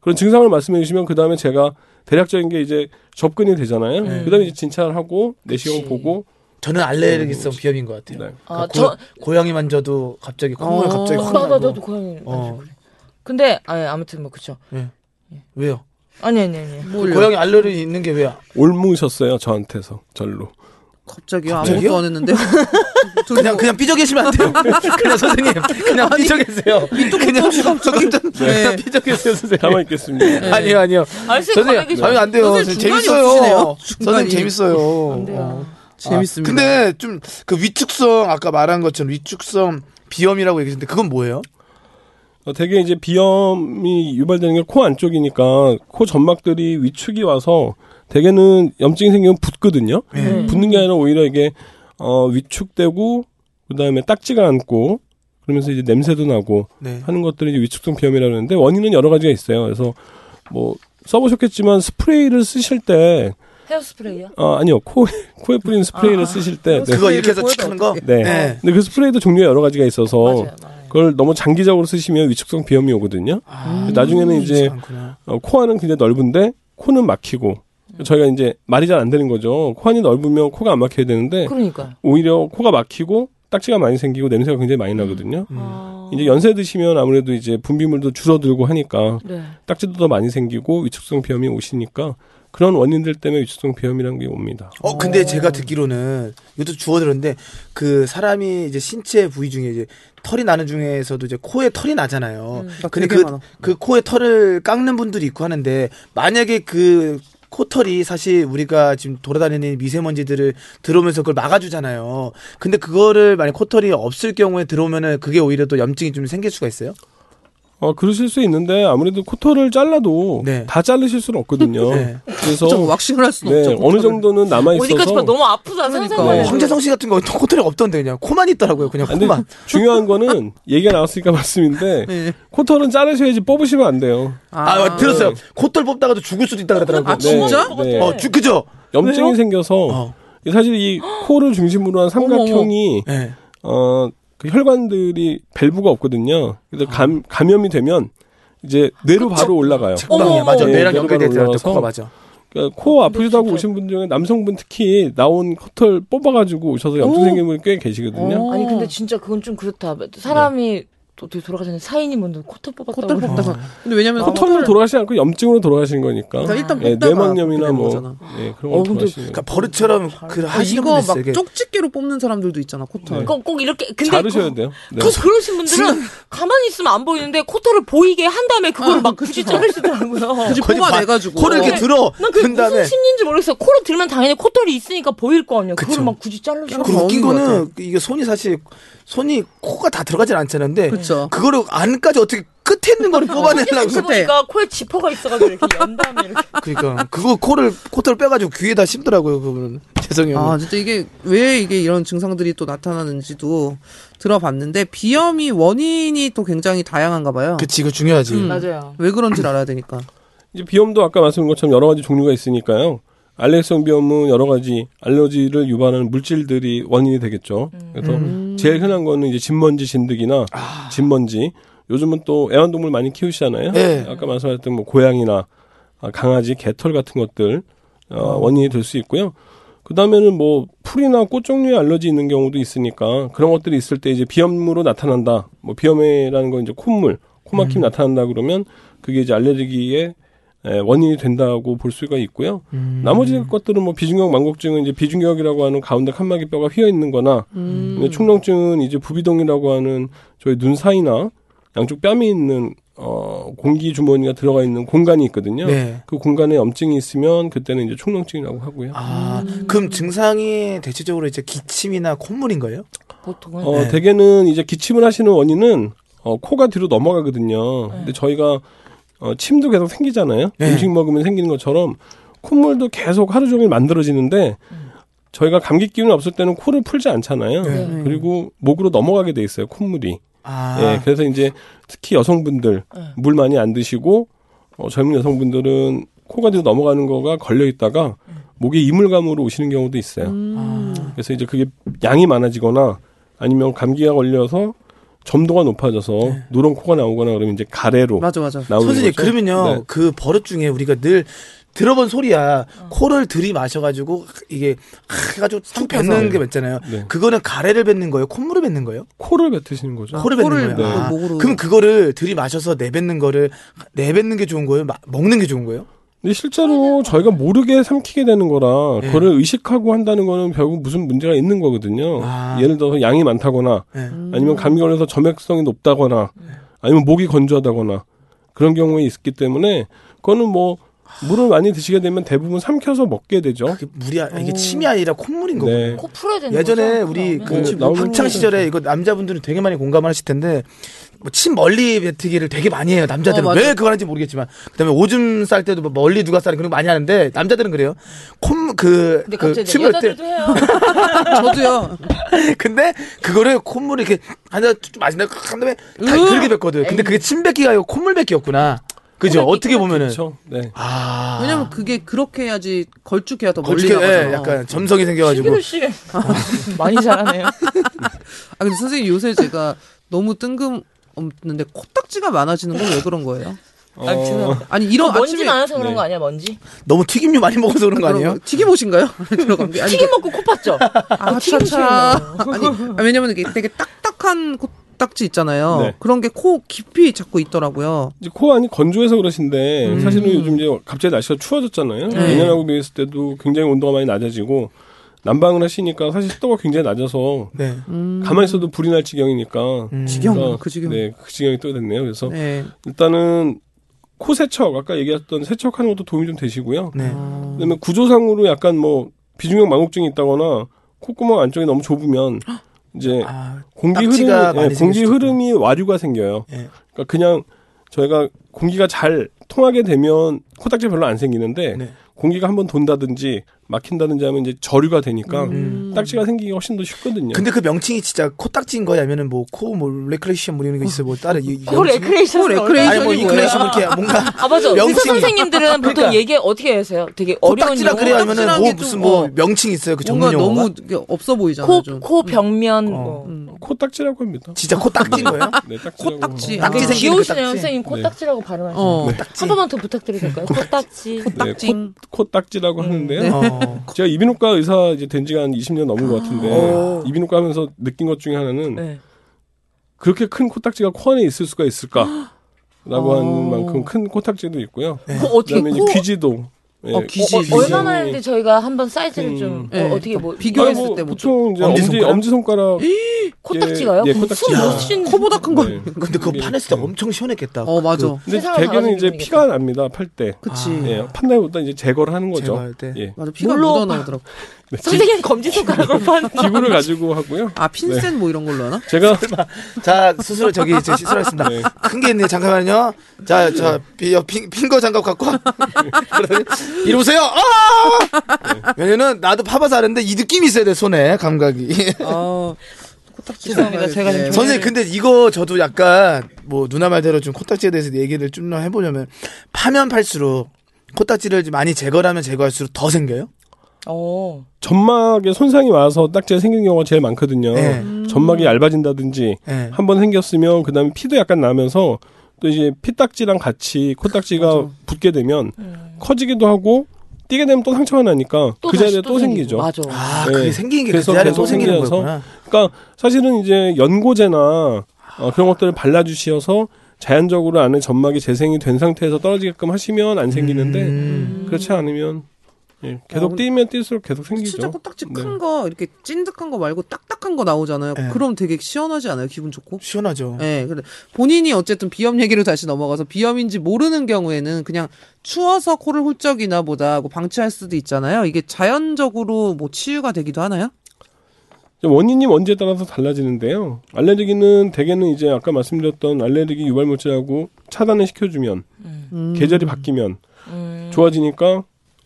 [SPEAKER 4] 그런 증상을 말씀해 주시면 그 다음에 제가 대략적인 게 이제 접근이 되잖아요. 그 다음에 이제 진찰을 하고 내시경
[SPEAKER 3] 그치.
[SPEAKER 4] 보고
[SPEAKER 6] 저는 알레르기성 비염인 것 같아요. 그러니까
[SPEAKER 4] 네.
[SPEAKER 3] 아,
[SPEAKER 6] 고,
[SPEAKER 3] 저-
[SPEAKER 6] 고양이 만져도 갑자기 콧물
[SPEAKER 5] 어.
[SPEAKER 6] 갑자기 확
[SPEAKER 3] 나, 나,
[SPEAKER 6] 나고.
[SPEAKER 3] 나도 고양이.
[SPEAKER 6] 어.
[SPEAKER 3] 근데 아, 아무튼 뭐 그쵸.
[SPEAKER 6] 왜요?
[SPEAKER 3] 아니 아니 아니.
[SPEAKER 5] 뭘요?
[SPEAKER 6] 그 고양이 알레르기 있는 게 왜요?
[SPEAKER 4] 올무셨어요 저한테서 절로.
[SPEAKER 5] 갑자기요
[SPEAKER 6] 갑자기요?
[SPEAKER 5] 아무것도 안 했는데
[SPEAKER 6] <laughs> 그냥 그냥 삐져 계시면 안
[SPEAKER 5] <laughs>
[SPEAKER 6] 돼요. <laughs> 그냥 선생님 그냥 삐져 계세요. 그냥 조금 좀 그냥 삐져 계세요 선생님.
[SPEAKER 4] 가만 있겠습니다.
[SPEAKER 6] 네. 아니요 아니요.
[SPEAKER 3] 아, 선생님, 가만히
[SPEAKER 6] 선생님
[SPEAKER 3] 계셔.
[SPEAKER 6] 아니 안 돼요.
[SPEAKER 5] 선생님
[SPEAKER 6] 선생님
[SPEAKER 5] 중간이 없으시네요.
[SPEAKER 6] 재밌어요. 선생님
[SPEAKER 5] 중간이.
[SPEAKER 6] 재밌어요.
[SPEAKER 3] 안 돼요.
[SPEAKER 6] 어.
[SPEAKER 5] 재밌습니다.
[SPEAKER 6] 아, 근데 좀 그 위축성 아까 말한 것처럼 위축성 비염이라고 얘기했는데 그건 뭐예요?
[SPEAKER 4] 어, 되게 이제 비염이 유발되는 게 코 안쪽이니까 코 점막들이 위축이 와서 대개는 염증이 생기면 붓거든요.
[SPEAKER 3] 네.
[SPEAKER 4] 붓는 게 아니라 오히려 이게 어, 위축되고 그다음에 딱지가 않고 그러면서 이제 냄새도 나고
[SPEAKER 6] 네.
[SPEAKER 4] 하는 것들이 이제 위축성 비염이라고 하는데 원인은 여러 가지가 있어요. 그래서 뭐 써보셨겠지만 스프레이를 쓰실 때
[SPEAKER 3] 헤어스프레이요?
[SPEAKER 4] 어, 아니요. 코, 코에 뿌리는 스프레이를
[SPEAKER 3] 아.
[SPEAKER 4] 쓰실 때. 네.
[SPEAKER 6] 그거 이렇게 해서
[SPEAKER 5] 그거에도
[SPEAKER 6] 치는 거?
[SPEAKER 5] 어떻게-
[SPEAKER 4] 네.
[SPEAKER 6] 네.
[SPEAKER 4] 근데 그 스프레이도 종류가 여러 가지가 있어서
[SPEAKER 3] 맞아요. 맞아요.
[SPEAKER 4] 그걸 너무 장기적으로 쓰시면 위축성 비염이 오거든요. 음,
[SPEAKER 6] 아,
[SPEAKER 4] 나중에는 이제
[SPEAKER 6] 그렇구나. 음.
[SPEAKER 4] 어, 코안은 굉장히 넓은데 코는 막히고 저희가 이제 말이 잘 안 되는 거죠. 코안이 넓으면 코가 안 막혀야 되는데
[SPEAKER 3] 그러니까.
[SPEAKER 4] 오히려 코가 막히고 딱지가 많이 생기고 냄새가 굉장히 많이 나거든요.
[SPEAKER 6] 음.
[SPEAKER 3] 아.
[SPEAKER 4] 이제 연세 드시면 아무래도 이제 분비물도 줄어들고 하니까
[SPEAKER 3] 네.
[SPEAKER 4] 딱지도 더 많이 생기고 위축성 비염이 오시니까 그런 원인들 때문에 위축성 비염이라는 게 옵니다.
[SPEAKER 6] 어, 근데 제가 듣기로는 이것도 주워들었는데 그 사람이 이제 신체 부위 중에 이제 털이 나는 중에서도 이제 코에 털이 나잖아요.
[SPEAKER 5] 되게
[SPEAKER 6] 근데 그,
[SPEAKER 5] 많아.
[SPEAKER 6] 그 코에 털을 깎는 분들이 있고 하는데 만약에 그 코털이 사실 우리가 지금 돌아다니는 미세먼지들을 들어오면서 그걸 막아주잖아요. 근데 그거를 만약 코털이 없을 경우에 들어오면은 그게 오히려 또 염증이 좀 생길 수가 있어요.
[SPEAKER 4] 어, 그러실 수 있는데 아무래도 코털을 잘라도
[SPEAKER 6] 네.
[SPEAKER 4] 다 자르실 수는 없거든요.
[SPEAKER 6] 네.
[SPEAKER 4] 그래서
[SPEAKER 5] 아, 좀 왁싱을 할 수는
[SPEAKER 4] 네,
[SPEAKER 5] 없죠. 그렇죠.
[SPEAKER 4] 어느 정도는 남아 있어서
[SPEAKER 3] 어디까지 봐 너무 아프다
[SPEAKER 5] 네.
[SPEAKER 3] 상상만
[SPEAKER 6] 어,
[SPEAKER 3] 해도.
[SPEAKER 6] 황재성 씨 같은 거 코털이 없던데 그냥 코만 있더라고요. 그냥
[SPEAKER 4] 아, 근데
[SPEAKER 6] 코만.
[SPEAKER 5] <laughs>
[SPEAKER 4] 중요한 거는 얘기가 나왔으니까 말씀인데
[SPEAKER 5] 네.
[SPEAKER 4] 코털은 자르셔야지 뽑으시면 안 돼요.
[SPEAKER 6] 아, 들었어요. 코털 뽑다가도 죽을 수도 있다 그러더라고요.
[SPEAKER 5] 아, 진짜?
[SPEAKER 4] 네.
[SPEAKER 6] 어, 주, 그죠?
[SPEAKER 4] 염증이
[SPEAKER 6] 왜요?
[SPEAKER 4] 생겨서
[SPEAKER 6] 어.
[SPEAKER 4] 사실 이 코를 중심으로 한 삼각형이
[SPEAKER 6] 네.
[SPEAKER 4] 어, 그 혈관들이 밸브가 없거든요.
[SPEAKER 5] 어.
[SPEAKER 4] 그래서 감, 감염이 되면 이제 뇌로 바로 올라가요.
[SPEAKER 6] 책방이야.
[SPEAKER 3] 어머,
[SPEAKER 6] 맞아.
[SPEAKER 4] 어머.
[SPEAKER 6] 뇌랑
[SPEAKER 4] 네,
[SPEAKER 6] 연결돼 있더라고.
[SPEAKER 4] 올라와서.
[SPEAKER 6] 코가 맞아.
[SPEAKER 4] 그러니까
[SPEAKER 5] 네,
[SPEAKER 4] 코 아프시다고 오신 분 중에 남성분 특히 나온 코털 뽑아가지고 오셔서 염증
[SPEAKER 5] 오.
[SPEAKER 4] 생긴 분 꽤 계시거든요.
[SPEAKER 5] 어.
[SPEAKER 3] 아니 근데 진짜 그건 좀 그렇다. 사람이 또 어떻게 돌아가셨는데 사인이 먼저 코털 뽑았다고.
[SPEAKER 6] 아.
[SPEAKER 5] 코털
[SPEAKER 3] 그러고.
[SPEAKER 5] 뽑다가. 근데 왜냐면
[SPEAKER 4] 코털로 돌아가시지 않고 염증으로 돌아가신 거니까.
[SPEAKER 5] 그러니까 일단
[SPEAKER 4] 예,
[SPEAKER 5] 뽑다가
[SPEAKER 4] 뇌막염이나
[SPEAKER 5] 그렇게 되는
[SPEAKER 4] 뭐
[SPEAKER 5] 거잖아.
[SPEAKER 4] 예, 그런
[SPEAKER 3] 어, 근데
[SPEAKER 4] 걸 돌아가시는
[SPEAKER 6] 그러니까 버릇처럼 그
[SPEAKER 5] 아,
[SPEAKER 6] 하시는
[SPEAKER 5] 이거
[SPEAKER 6] 분들 있어요.
[SPEAKER 5] 막
[SPEAKER 6] 이게. 네.
[SPEAKER 5] 쪽집게로 뽑는 사람들도 있잖아 코털.
[SPEAKER 3] 꼭, 꼭 이렇게 근데
[SPEAKER 4] 자르셔야
[SPEAKER 3] 그,
[SPEAKER 4] 돼요. 네.
[SPEAKER 3] 그 그러신 분들은 가만히 있으면 안 보이는데 코털을 보이게 한 다음에 그걸
[SPEAKER 5] 아,
[SPEAKER 3] 막 굳이
[SPEAKER 5] 그치.
[SPEAKER 3] 자르시더라고요.
[SPEAKER 5] 굳이
[SPEAKER 6] 거의
[SPEAKER 5] 뽑아내가지고.
[SPEAKER 6] 코를 이렇게 들어.
[SPEAKER 3] 난 그게
[SPEAKER 6] 든 다음에
[SPEAKER 3] 무슨 심리인지 모르겠어요. 코로 들면 당연히 코털이 있으니까 보일 거 아니에요. 그걸
[SPEAKER 6] 그쵸.
[SPEAKER 3] 막 굳이 자르시고.
[SPEAKER 6] 그
[SPEAKER 5] 넣는
[SPEAKER 6] 웃긴
[SPEAKER 5] 것
[SPEAKER 6] 거는 이게 손이 사실 손이 코가 다 들어가진 않잖아요.
[SPEAKER 5] 그쵸.
[SPEAKER 6] 그거를 안까지 어떻게 끝에 있는 거를
[SPEAKER 3] 그
[SPEAKER 6] 뽑아내려고.
[SPEAKER 5] 끝에.
[SPEAKER 3] 보니까 코에 지퍼가 있어가지고 이렇게 연 다음에 이렇게. <laughs>
[SPEAKER 6] 그러니까 그거 코를 코털 빼가지고 귀에다 심더라고요. 그분은 죄송해요.
[SPEAKER 5] 아 진짜 이게 왜 이게 이런 증상들이 또 나타나는지도 들어봤는데 비염이 원인이 또 굉장히 다양한가 봐요.
[SPEAKER 6] 그치 뭐. 이거 중요하지.
[SPEAKER 3] 맞아요.
[SPEAKER 5] 왜 그런지를 알아야 되니까.
[SPEAKER 4] 이제 비염도 아까 말씀드린 것처럼 여러 가지 종류가 있으니까요. 알레르기성 비염은 여러 가지 알러지를 유발하는 물질들이 원인이 되겠죠. 그래서 제일 흔한 거는 이제 진먼지 진드기나 진먼지. 요즘은 또 애완동물 많이 키우시잖아요.
[SPEAKER 6] 네.
[SPEAKER 4] 아까 말씀하셨던 뭐 고양이나 아, 강아지, 개털 같은 것들 어, 원인이 될 수 있고요. 그 다음에는 뭐 풀이나 꽃 종류의 알러지 있는 경우도 있으니까 그런 것들이 있을 때 이제 비염으로 나타난다. 뭐 비염이라는 건 이제 콧물, 코막힘 나타난다 그러면 그게 이제 알레르기의 에, 원인이 된다고 볼 수가 있고요. 나머지 것들은 뭐 비중격 만곡증은 이제 비중격이라고 하는 가운데 칸막이 뼈가 휘어 있는 거나 근데 충농증은 이제 부비동이라고 하는 저희 눈 사이나 양쪽 뺨에 있는 어, 공기 주머니가 들어가 있는 공간이 있거든요.
[SPEAKER 6] 네.
[SPEAKER 4] 그 공간에 염증이 있으면 그때는 이제 충농증이라고 하고요.
[SPEAKER 6] 아 그럼 증상이 대체적으로 이제 기침이나 콧물인 거예요?
[SPEAKER 3] 보통은.
[SPEAKER 4] 어,
[SPEAKER 6] 네.
[SPEAKER 4] 대개는 이제 기침을 하시는 원인은 어, 코가 뒤로 넘어가거든요. 근데 저희가 어, 침도 계속 생기잖아요.
[SPEAKER 6] 네.
[SPEAKER 4] 음식 먹으면 생기는 것처럼 콧물도 계속 하루 종일 만들어지는데 저희가 감기 기운 없을 때는 코를 풀지 않잖아요.
[SPEAKER 6] 음. 네.
[SPEAKER 3] 네.
[SPEAKER 4] 그리고 목으로 넘어가게 돼 있어요. 콧물이.
[SPEAKER 6] 아
[SPEAKER 4] 예, 그래서 이제 특히 여성분들
[SPEAKER 3] 네.
[SPEAKER 4] 물 많이 안 드시고 어, 젊은 여성분들은 코가 뒤로 넘어가는 거가 걸려 있다가 목에 이물감으로 오시는 경우도 있어요.
[SPEAKER 6] 아.
[SPEAKER 4] 그래서 이제 그게 양이 많아지거나 아니면 감기가 걸려서 점도가 높아져서 누런 코가 나오거나 그러면 이제 가래로
[SPEAKER 5] 맞아 맞아.
[SPEAKER 4] 나오는
[SPEAKER 6] 선생님
[SPEAKER 4] 거죠.
[SPEAKER 6] 그러면요
[SPEAKER 4] 네.
[SPEAKER 6] 그 버릇 중에 우리가 늘 들어본 소리야 코를 들이마셔가지고 이게 하- 해가지고 툭 뱉는 게 있잖아요
[SPEAKER 4] 네.
[SPEAKER 6] 그거는 가래를 뱉는 거예요 콧물을 뱉는 거예요
[SPEAKER 4] 코를 뱉으시는 거죠.
[SPEAKER 6] 코를 뱉는
[SPEAKER 5] 아, 코를
[SPEAKER 6] 거예요
[SPEAKER 5] 뱉고
[SPEAKER 6] 아,
[SPEAKER 5] 목으로.
[SPEAKER 6] 그럼 그거를 들이마셔서 내뱉는 거를 내뱉는 게 좋은 거예요 마- 먹는 게 좋은 거예요
[SPEAKER 4] 근데 실제로 저희가 모르게 삼키게 되는 거라
[SPEAKER 6] 네.
[SPEAKER 4] 그거를 의식하고 한다는 거는 결국 무슨 문제가 있는 거거든요.
[SPEAKER 6] 아.
[SPEAKER 4] 예를 들어서 양이 많다거나
[SPEAKER 6] 네.
[SPEAKER 4] 아니면 감기 걸려서 점액성이 높다거나 아니면 목이 건조하다거나 그런 경우에 있기 때문에 그거는 뭐 물을 많이 드시게 되면 대부분 삼켜서 먹게 되죠.
[SPEAKER 6] 그게 물이 아- 이게 침이 아니라 콧물인 거예요
[SPEAKER 4] 네.
[SPEAKER 3] 코 풀어야 되는
[SPEAKER 6] 예전에
[SPEAKER 3] 거죠?
[SPEAKER 6] 우리
[SPEAKER 3] 그러면.
[SPEAKER 4] 네,
[SPEAKER 6] 그
[SPEAKER 4] 나오는
[SPEAKER 6] 학창 시절에 이거 남자분들은 되게 많이 공감하실 텐데 뭐 침 멀리 뱉기를 되게 많이 해요 남자들은
[SPEAKER 5] 어, 맞아.
[SPEAKER 6] 왜 그걸 하는지 모르겠지만 그다음에 오줌 쌀 때도 뭐 멀리 누가 싸는 그런 거 많이 하는데 남자들은 그래요 콧그
[SPEAKER 3] 근데 갑자기
[SPEAKER 6] 그,
[SPEAKER 3] 내
[SPEAKER 6] 침을 때
[SPEAKER 3] 여자들도 해요. <laughs>
[SPEAKER 5] 저도요.
[SPEAKER 6] <laughs> 근데 그거를 콧물을 이렇게 한잔 좀 마신다 한 다음에 다
[SPEAKER 5] 으!
[SPEAKER 6] 들게 뱉거든 근데 그게 침 뱉기가 아니고 콧물 뱉기였구나 그죠?
[SPEAKER 3] 코믹이,
[SPEAKER 6] 어떻게 보면은
[SPEAKER 4] 그렇죠. 네.
[SPEAKER 6] 아
[SPEAKER 5] 왜냐면 그게 그렇게 해야지 걸쭉해야 더 멀리
[SPEAKER 6] 걸쭉해
[SPEAKER 5] 나가잖아.
[SPEAKER 6] 예, 약간 점성이 생겨가지고
[SPEAKER 3] 어. 신기루 씨 많이 잘하네요.
[SPEAKER 5] 아 근데 선생님 요새 제가 너무 뜬금 없는데 코딱지가 많아지는 건 왜 그런 거예요?
[SPEAKER 3] 아, 죄송합니다.
[SPEAKER 5] 아니 이런
[SPEAKER 3] 먼지
[SPEAKER 5] 아침에
[SPEAKER 3] 많아서 그런
[SPEAKER 4] 네.
[SPEAKER 3] 거 아니야 먼지?
[SPEAKER 6] 너무 튀김류 많이 먹어서 그런 거 아니에요?
[SPEAKER 5] 튀김옷인가요? <laughs> 들어간 게 아니
[SPEAKER 3] 튀김 먹고 코 팠죠?
[SPEAKER 5] 아,
[SPEAKER 3] 튀김 <laughs>
[SPEAKER 5] 차차. 아니 아, 왜냐면 이게 되게 딱딱한 코딱지 있잖아요.
[SPEAKER 4] 네.
[SPEAKER 5] 그런 게 코 깊이 자꾸 있더라고요.
[SPEAKER 4] 이제 코 안이 건조해서 그러신데 사실은 요즘 이제 갑자기 날씨가 추워졌잖아요.
[SPEAKER 5] 네.
[SPEAKER 4] 예년하고 비했을 때도 굉장히 온도가 많이 낮아지고 난방을 하시니까 사실 습도가 굉장히 낮아서
[SPEAKER 6] 네.
[SPEAKER 4] 가만히 있어도 불이 날 음. 지경이니까
[SPEAKER 6] 음.
[SPEAKER 5] 지경.
[SPEAKER 4] 그러니까
[SPEAKER 5] 그 지경.
[SPEAKER 4] 네, 그 지경이 또 됐네요. 그래서
[SPEAKER 5] 네.
[SPEAKER 4] 일단은 코 세척 아까 얘기했던 세척하는 것도 도움이 좀 되시고요.
[SPEAKER 6] 네.
[SPEAKER 5] 아.
[SPEAKER 4] 그다음에 구조상으로 약간 뭐 비중형 망곡증이 있다거나 콧구멍 안쪽이 너무 좁으면 이제
[SPEAKER 6] 아,
[SPEAKER 4] 공기 흐름이
[SPEAKER 6] 딱지가 많이
[SPEAKER 4] 예, 공기
[SPEAKER 6] 생길 수도
[SPEAKER 4] 흐름이 와류가 생겨요.
[SPEAKER 6] 예.
[SPEAKER 4] 그러니까 그냥 저희가 공기가 잘 통하게 되면 코딱지 별로 안 생기는데
[SPEAKER 6] 네.
[SPEAKER 4] 공기가 한번 돈다든지 막힌다든지 하면 이제 저류가 되니까
[SPEAKER 6] 음.
[SPEAKER 4] 딱지가 생기기 가 훨씬 더 쉽거든요.
[SPEAKER 6] 근데 그 명칭이 진짜 코딱지인 거야? 아니면은 뭐 코 뭐 레크레이션 뭐 이런 거 있어요? 뭐 다른 이, 이
[SPEAKER 3] 코
[SPEAKER 6] 명칭이?
[SPEAKER 3] 레크레이션.
[SPEAKER 5] 코 레크레이션이
[SPEAKER 6] 아니 뭐 이크레이션 이렇게
[SPEAKER 5] <laughs>
[SPEAKER 6] 뭔가
[SPEAKER 3] 아 맞아.
[SPEAKER 6] 명칭이.
[SPEAKER 3] 의사 선생님들은 보통
[SPEAKER 6] 그러니까.
[SPEAKER 3] 얘기 어떻게 하세요? 되게 어려운
[SPEAKER 6] 코딱지라 그래야
[SPEAKER 3] 용어.
[SPEAKER 6] 하면은
[SPEAKER 5] 코딱지라는
[SPEAKER 6] 뭐
[SPEAKER 5] 게 좀,
[SPEAKER 6] 무슨 뭐
[SPEAKER 5] 어.
[SPEAKER 6] 명칭 있어요? 그
[SPEAKER 5] 뭔가
[SPEAKER 6] 전문 용어가?
[SPEAKER 5] 너무 이게 없어 보이잖아요. 좀.
[SPEAKER 3] 코코 벽면.
[SPEAKER 6] 어.
[SPEAKER 3] 뭐.
[SPEAKER 5] 음.
[SPEAKER 4] 코딱지라고 합니다.
[SPEAKER 6] 진짜 코딱지인 거예요?
[SPEAKER 4] 네, 딱지라고.
[SPEAKER 5] 코딱지.
[SPEAKER 4] 합니다.
[SPEAKER 6] 딱지
[SPEAKER 5] 아,
[SPEAKER 6] 생기는
[SPEAKER 3] 귀여우시네요
[SPEAKER 6] 그 딱지.
[SPEAKER 3] 선생님 코딱지라고 발음하시네요.
[SPEAKER 5] <laughs> 어.
[SPEAKER 3] 한 번만 더 부탁드려도 될까요? 코딱지.
[SPEAKER 5] 딱징.
[SPEAKER 4] 네, 코딱지라고 하는데요.
[SPEAKER 6] 어.
[SPEAKER 4] 제가 이비인후과 의사 이제 된 지가 한 20년 넘은 것
[SPEAKER 6] 아.
[SPEAKER 4] 같은데
[SPEAKER 6] 오.
[SPEAKER 4] 이비인후과 하면서 느낀 것 중에 하나는
[SPEAKER 3] 네.
[SPEAKER 4] 그렇게 큰 코딱지가 코 안에 있을 수가 있을까? 라고
[SPEAKER 5] 오.
[SPEAKER 4] 한 만큼 큰 코딱지도 있고요.
[SPEAKER 6] 네.
[SPEAKER 3] 그 어떻게
[SPEAKER 4] 그다음에 이제
[SPEAKER 3] 코
[SPEAKER 4] 귀지도 예,
[SPEAKER 5] 어, 귀지.
[SPEAKER 3] 어,
[SPEAKER 4] 굉장히-
[SPEAKER 3] 얼마나 하는데 저희가 한번 사이즈를 좀
[SPEAKER 5] 네.
[SPEAKER 6] 음.
[SPEAKER 3] 어, 떻게뭐
[SPEAKER 5] 비교했을
[SPEAKER 4] 아니, 뭐
[SPEAKER 5] 때부터.
[SPEAKER 4] 보통 이제 엄지
[SPEAKER 6] 엄지손가락?
[SPEAKER 4] 엄지 손가락
[SPEAKER 3] 코딱지가요?
[SPEAKER 4] 예,
[SPEAKER 3] 그럼
[SPEAKER 4] 코딱지가.
[SPEAKER 3] 숨을
[SPEAKER 6] 아.
[SPEAKER 3] 못 쉬는-
[SPEAKER 5] 코보다 큰 거.
[SPEAKER 6] 근데 그거 파냈을 때 엄청 시원했겠다.
[SPEAKER 5] 어 맞아.
[SPEAKER 4] 근데
[SPEAKER 3] 세상을
[SPEAKER 4] 대개는 이제
[SPEAKER 3] 받아들이는
[SPEAKER 4] 피가 납니다. 팔 때.
[SPEAKER 5] 그치.
[SPEAKER 6] 아.
[SPEAKER 4] 예, 판다기보다 이제 제거를 하는 거죠.
[SPEAKER 6] 제거할 때.
[SPEAKER 4] 예.
[SPEAKER 5] 맞아. 피가
[SPEAKER 3] 물로
[SPEAKER 5] 묻어 나오더라고.
[SPEAKER 3] 네. 선생님 검지 손가락으로
[SPEAKER 6] <laughs>
[SPEAKER 3] 파는 거. <laughs>
[SPEAKER 4] 기구를 가지고 하고요.
[SPEAKER 5] 아 핀셋 뭐 이런 걸로 하나?
[SPEAKER 4] 제가
[SPEAKER 6] 그, 자, 스스로 저기 제 시술하겠습니다.
[SPEAKER 4] 네.
[SPEAKER 6] 큰 게 있네요. 잠깐만요. 자, 저, 비- 여- 핑, 핑거 장갑 갖고 와. <laughs> 그러더니 이리 오세요. 아! 왜냐면 나도 파봐서 아는데 이 느낌이 있어야 돼, 손에. 감각이.
[SPEAKER 5] 아 코딱지.
[SPEAKER 3] 죄송합니다. 제가 좀
[SPEAKER 5] 네.
[SPEAKER 3] 경-
[SPEAKER 6] 선생님, 근데 이거 저도 약간 뭐 누나 말대로 좀 코딱지에 대해서 얘기를 좀 더 해보려면 파면 팔수록 코딱지를 좀 많이 제거를 하면 제거할수록 더 생겨요?
[SPEAKER 3] 어.
[SPEAKER 4] 점막에 손상이 와서 딱지가 생긴 경우가 제일 많거든요.
[SPEAKER 6] 네.
[SPEAKER 4] 점막이 얇아진다든지
[SPEAKER 6] 예.
[SPEAKER 4] 한 번 생겼으면 그다음에 피도 약간 나면서 또 이제 피딱지랑 같이 코딱지가 붙게 되면 커지기도 하고 뛰게 되면 또 상처가 나니까
[SPEAKER 3] 또
[SPEAKER 4] 그
[SPEAKER 3] 다시
[SPEAKER 4] 자리에 또, 생기죠.
[SPEAKER 3] 생기고. 맞아.
[SPEAKER 6] 아,
[SPEAKER 4] 네.
[SPEAKER 6] 그게 생긴 게
[SPEAKER 4] 그래서
[SPEAKER 6] 그대로
[SPEAKER 4] 계속
[SPEAKER 6] 또 생기는
[SPEAKER 4] 생겨서
[SPEAKER 6] 거구나.
[SPEAKER 4] 그러니까 사실은 이제 연고제나 어, 그런 것들을 발라주시어서 자연적으로 안에 점막이 재생이 된 상태에서 떨어지게끔 하시면 안 생기는데
[SPEAKER 6] 음.
[SPEAKER 4] 그렇지 않으면 예, 계속
[SPEAKER 5] 어,
[SPEAKER 4] 뛰면 뛸수록 계속 생기죠.
[SPEAKER 5] 진짜 코딱지
[SPEAKER 4] 네.
[SPEAKER 5] 큰 거 이렇게 찐득한 거 말고 딱딱한 거 나오잖아요.
[SPEAKER 6] 네.
[SPEAKER 5] 그럼 되게 시원하지 않아요? 기분 좋고.
[SPEAKER 6] 시원하죠.
[SPEAKER 5] 예, 그래. 본인이 어쨌든 비염 얘기로 다시 넘어가서 비염인지 모르는 경우에는 그냥 추워서 코를 훌쩍이나 보다 하고 방치할 수도 있잖아요. 이게 자연적으로 뭐 치유가 되기도 하나요?
[SPEAKER 4] 원인이 뭔지에 따라서 달라지는데요. 알레르기는 대개는 이제 아까 말씀드렸던 알레르기 유발 물질하고 차단을 시켜주면
[SPEAKER 5] 음.
[SPEAKER 4] 계절이 바뀌면
[SPEAKER 3] 음.
[SPEAKER 4] 좋아지니까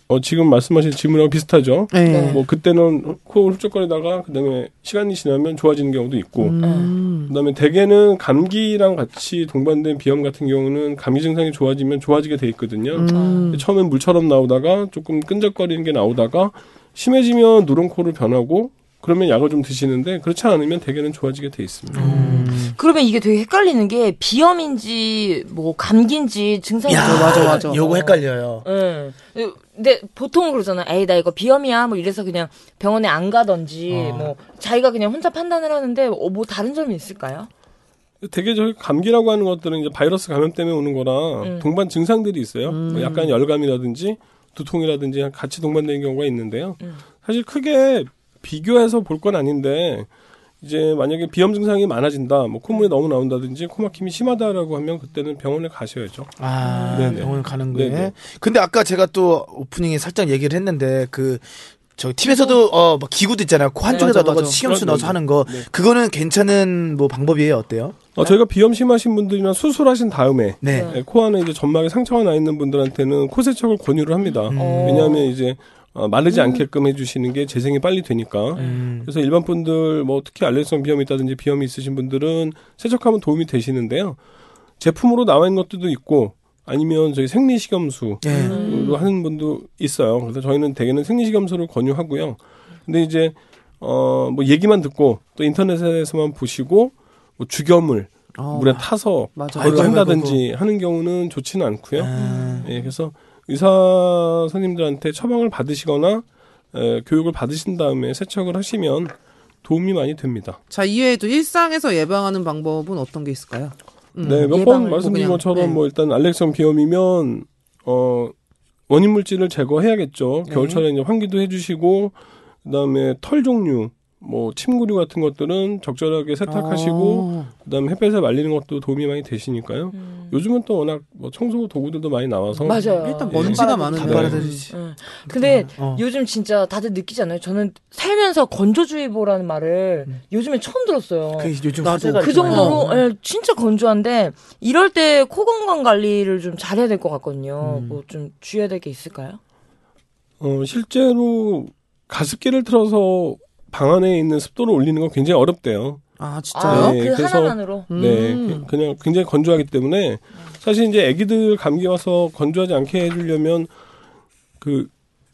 [SPEAKER 4] 어, 지금 말씀하신 질문하고 비슷하죠.
[SPEAKER 5] 예.
[SPEAKER 3] 네.
[SPEAKER 4] 뭐 그때는 코 훌쩍거리다가 그다음에 시간이 지나면 좋아지는 경우도 있고 네.
[SPEAKER 5] 음.
[SPEAKER 4] 그다음에 대개는 감기랑 같이 동반된 비염 같은 경우는 감기 증상이 좋아지면 좋아지게 돼 있거든요.
[SPEAKER 5] 음.
[SPEAKER 4] 처음엔 물처럼 나오다가 조금 끈적거리는 게 나오다가 심해지면 누런 코로 변하고 그러면 약을 좀 드시는데 그렇지 않으면 대개는 좋아지게 돼 있습니다.
[SPEAKER 3] 그러면 이게 되게 헷갈리는 게 비염인지 뭐 감기인지 증상이 뭐
[SPEAKER 6] 야,
[SPEAKER 3] 되게
[SPEAKER 5] 맞아, 맞아.
[SPEAKER 6] 요거 헷갈려요.
[SPEAKER 3] 예. 근데 보통은 그러잖아. 에이, 나 이거 비염이야. 뭐 이래서 그냥 병원에 안 가던지, 뭐, 자기가 그냥 혼자 판단을 하는데, 어, 뭐 다른 점이 있을까요?
[SPEAKER 4] 되게 저희 감기라고 하는 것들은 이제 바이러스 감염 때문에 오는 거라
[SPEAKER 3] 음.
[SPEAKER 4] 동반 증상들이 있어요. 뭐 약간 열감이라든지 두통이라든지 같이 동반되는 경우가 있는데요.
[SPEAKER 3] 음.
[SPEAKER 4] 사실 크게 비교해서 볼 건 아닌데 이제 만약에 비염 증상이 많아진다,
[SPEAKER 3] 음.
[SPEAKER 4] 뭐 콧물이 너무 나온다든지 코막힘이 심하다라고 하면 그때는 병원에 가셔야죠.
[SPEAKER 6] 아,
[SPEAKER 4] 네네.
[SPEAKER 6] 병원 가는 거에.
[SPEAKER 4] 네네.
[SPEAKER 6] 근데 아까 제가 또 오프닝에 살짝 얘기를 했는데 그. 저 TV에서도 어막 뭐 기구도 있잖아요. 코 한쪽에다
[SPEAKER 5] 맞아,
[SPEAKER 6] 넣어서
[SPEAKER 5] 맞아.
[SPEAKER 6] 식염수
[SPEAKER 4] 그런
[SPEAKER 6] 넣어서
[SPEAKER 4] 거.
[SPEAKER 6] 하는 거.
[SPEAKER 4] 네.
[SPEAKER 6] 그거는 괜찮은 뭐 방법이에요. 어때요?
[SPEAKER 4] 어, 저희가 비염 심하신 분들이나 수술하신 다음에
[SPEAKER 6] 네.
[SPEAKER 3] 네.
[SPEAKER 4] 예, 코 안에 이제 점막에 상처가 나 있는 분들한테는 코 세척을 권유를 합니다.
[SPEAKER 6] 음.
[SPEAKER 3] 어.
[SPEAKER 4] 왜냐하면 이제 어, 마르지 않게끔 해주시는 게 재생이 빨리 되니까.
[SPEAKER 6] 음.
[SPEAKER 4] 그래서 일반 분들 뭐 특히 알레르기성 비염이 있다든지 비염이 있으신 분들은 세척하면 도움이 되시는데요. 제품으로 나와 있는 것들도 있고 아니면 저희 생리식염수
[SPEAKER 6] 예.
[SPEAKER 4] 로 하는 분도 있어요. 그래서 저희는 대개는 생리식염수를 권유하고요. 근데 이제 어뭐 얘기만 듣고 또 인터넷에서만 보시고 뭐 주겸을
[SPEAKER 5] 어,
[SPEAKER 4] 물에 타서
[SPEAKER 5] 맞아.
[SPEAKER 4] 바로
[SPEAKER 6] 아이고, 아이고,
[SPEAKER 4] 한다든지 하는 경우는 좋지는 않고요.
[SPEAKER 5] 네.
[SPEAKER 6] 아,
[SPEAKER 4] 예, 그래서 의사 선생님들한테 처방을 받으시거나 에, 교육을 받으신 다음에 세척을 하시면 도움이 많이 됩니다.
[SPEAKER 5] 자 이외에도 일상에서 예방하는 방법은 어떤 게 있을까요? 음.
[SPEAKER 4] 네, 몇
[SPEAKER 5] 예방을
[SPEAKER 4] 번 말씀드린
[SPEAKER 5] 그냥,
[SPEAKER 4] 것처럼
[SPEAKER 5] 네.
[SPEAKER 4] 뭐 일단 알렉성 비염이면 어 원인 물질을 제거해야겠죠.
[SPEAKER 5] 네.
[SPEAKER 4] 겨울철에 이제 환기도 해주시고 그다음에 털 종류 뭐 침구류 같은 것들은 적절하게 세탁하시고
[SPEAKER 5] 어.
[SPEAKER 4] 그다음에 햇볕에 말리는 것도 도움이 많이 되시니까요.
[SPEAKER 5] 음.
[SPEAKER 4] 요즘은 또 워낙 뭐 청소 도구들도 많이 나와서
[SPEAKER 3] 맞아요.
[SPEAKER 5] 일단 뭐
[SPEAKER 4] 예.
[SPEAKER 5] 먼지가
[SPEAKER 6] 다
[SPEAKER 5] 많은데.
[SPEAKER 4] 네.
[SPEAKER 6] 빨아들이지.
[SPEAKER 3] 응. 예. 근데
[SPEAKER 6] 어.
[SPEAKER 3] 요즘 진짜 다들 느끼잖아요. 저는 살면서 건조주의보라는 말을 요즘에 처음 들었어요.
[SPEAKER 6] 그 요즘
[SPEAKER 5] 나도
[SPEAKER 6] 화제가
[SPEAKER 5] 그
[SPEAKER 3] 그
[SPEAKER 6] 좀 많이
[SPEAKER 3] 정도로
[SPEAKER 6] 나와요.
[SPEAKER 3] 예, 진짜 건조한데 이럴 때 코 건강 관리를 좀 잘해야 될 것 같거든요. 뭐 좀 주의해야 될 게 있을까요?
[SPEAKER 4] 어, 실제로 가습기를 틀어서 방 안에 있는 습도를 올리는 건 굉장히 어렵대요.
[SPEAKER 5] 아 진짜요?
[SPEAKER 3] 아,
[SPEAKER 4] 네,
[SPEAKER 3] 그
[SPEAKER 4] 그래서-
[SPEAKER 3] 하나만으로.
[SPEAKER 4] 네,
[SPEAKER 5] 음.
[SPEAKER 4] 그- 그냥 굉장히 건조하기 때문에 사실 이제 아기들 감기 와서 건조하지 않게 해주려면 그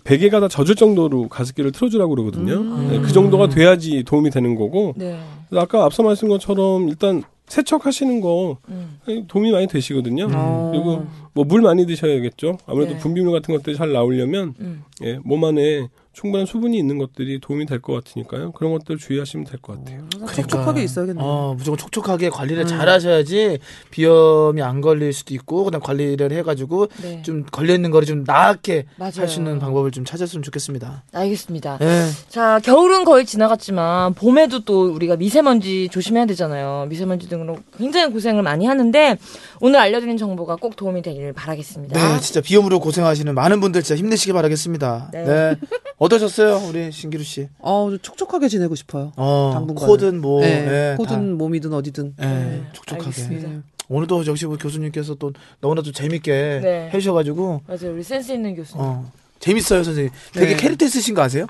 [SPEAKER 4] 베개가 다 젖을 정도로 가습기를 틀어주라고 그러거든요.
[SPEAKER 5] 음.
[SPEAKER 4] 네, 그 정도가 돼야지 도움이 되는 거고
[SPEAKER 3] 네.
[SPEAKER 4] 그래서 아까 앞서 말씀드린 것처럼 일단 세척하시는 거
[SPEAKER 3] 음.
[SPEAKER 4] 도움이 많이 되시거든요.
[SPEAKER 5] 어.
[SPEAKER 4] 그리고 뭐 물 많이 드셔야겠죠. 아무래도
[SPEAKER 3] 네.
[SPEAKER 4] 분비물 같은 것들이 잘 나오려면
[SPEAKER 3] 음.
[SPEAKER 4] 예, 몸 안에 충분한 수분이 있는 것들이 도움이 될 것 같으니까요. 그런 것들 주의하시면 될 것 같아요.
[SPEAKER 5] 항상
[SPEAKER 6] 그러니까.
[SPEAKER 5] 촉촉하게 있어야겠네요.
[SPEAKER 6] 어, 무조건 촉촉하게 관리를 잘 하셔야지 비염이 안 걸릴 수도 있고 그다음 관리를 해 가지고
[SPEAKER 3] 네.
[SPEAKER 6] 좀 걸려 있는 거를 좀 나게
[SPEAKER 3] 맞아요.
[SPEAKER 6] 할 수 있는 방법을 좀 찾았으면 좋겠습니다.
[SPEAKER 3] 알겠습니다.
[SPEAKER 6] 예.
[SPEAKER 3] 자, 겨울은 거의 지나갔지만 봄에도 또 우리가 미세먼지 조심해야 되잖아요. 미세먼지 등으로 굉장히 고생을 많이 하는데 오늘 알려드린 정보가 꼭 도움이 되길 바라겠습니다.
[SPEAKER 6] 네, 진짜 비염으로 고생하시는 많은 분들 진짜 힘내시길 바라겠습니다.
[SPEAKER 3] 아. 네.
[SPEAKER 6] 네. 어떠셨어요, 우리 신기루 씨?
[SPEAKER 5] 어, 좀 촉촉하게 지내고 싶어요.
[SPEAKER 6] 어,
[SPEAKER 5] 당분간은.
[SPEAKER 6] 코든 뭐,
[SPEAKER 5] 네,
[SPEAKER 6] 예,
[SPEAKER 5] 코든 몸이든 어디든.
[SPEAKER 6] 다, 예,
[SPEAKER 3] 네,
[SPEAKER 6] 촉촉하게.
[SPEAKER 3] 알겠습니다.
[SPEAKER 6] 오늘도 역시 뭐 교수님께서 또 너무나도 재밌게
[SPEAKER 3] 네.
[SPEAKER 6] 해주셔가지고,
[SPEAKER 3] 맞아요. 우리 센스 있는 교수님.
[SPEAKER 6] 어, 재밌어요, 선생님.
[SPEAKER 5] 네.
[SPEAKER 6] 되게 캐릭터 있으신 거 아세요?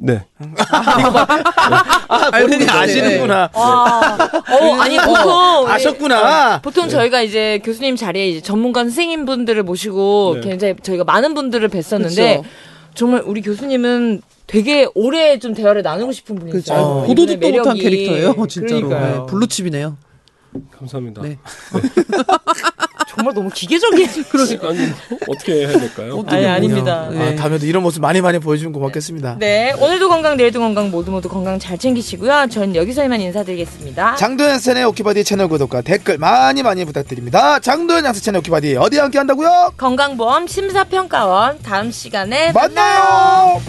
[SPEAKER 4] 네.
[SPEAKER 6] 아,
[SPEAKER 5] 알고
[SPEAKER 6] 본인이
[SPEAKER 5] 있어요.
[SPEAKER 6] 아시는구나.
[SPEAKER 3] 와, <laughs> 어, 아니 보통 우리-
[SPEAKER 6] 아셨구나. 네.
[SPEAKER 3] 어, 보통 저희가 이제 교수님 자리에 이제 전문가 선생님 분들을 모시고
[SPEAKER 4] 네.
[SPEAKER 3] 굉장히 저희가 많은 분들을 뵀었는데
[SPEAKER 5] 그쵸.
[SPEAKER 3] 정말 우리 교수님은 되게 오래 좀 대화를 나누고 싶은
[SPEAKER 5] 그죠.
[SPEAKER 3] 분이죠.
[SPEAKER 6] 어.
[SPEAKER 5] 보도 듣도 못한 네. 캐릭터예요, 진짜로.
[SPEAKER 3] 그러니까요.
[SPEAKER 5] 네, 블루칩이네요.
[SPEAKER 4] 감사합니다.
[SPEAKER 5] 네.
[SPEAKER 3] 정말 너무
[SPEAKER 5] <laughs>
[SPEAKER 3] 기계적인 그러니까.
[SPEAKER 4] 아니, 어떻게 해야 될까요?
[SPEAKER 5] 어떻게
[SPEAKER 3] 아니
[SPEAKER 5] 뭐냐.
[SPEAKER 3] 아닙니다. 예.
[SPEAKER 5] 네.
[SPEAKER 6] 아, 다음에도 이런 모습 많이 많이 보여주면 고맙겠습니다.
[SPEAKER 3] <laughs> 네, 오늘도 건강, 내일도 건강 모두 모두 건강 잘 챙기시고요. 전 여기서 이만 인사드리겠습니다.
[SPEAKER 6] 장도연 쌤의 오키바디 채널 구독과 댓글 많이 많이 부탁드립니다. 장도연 양세 채널 오키바디 어디 함께 한다고요?
[SPEAKER 3] 건강보험 심사평가원 다음 시간에
[SPEAKER 6] 만나요.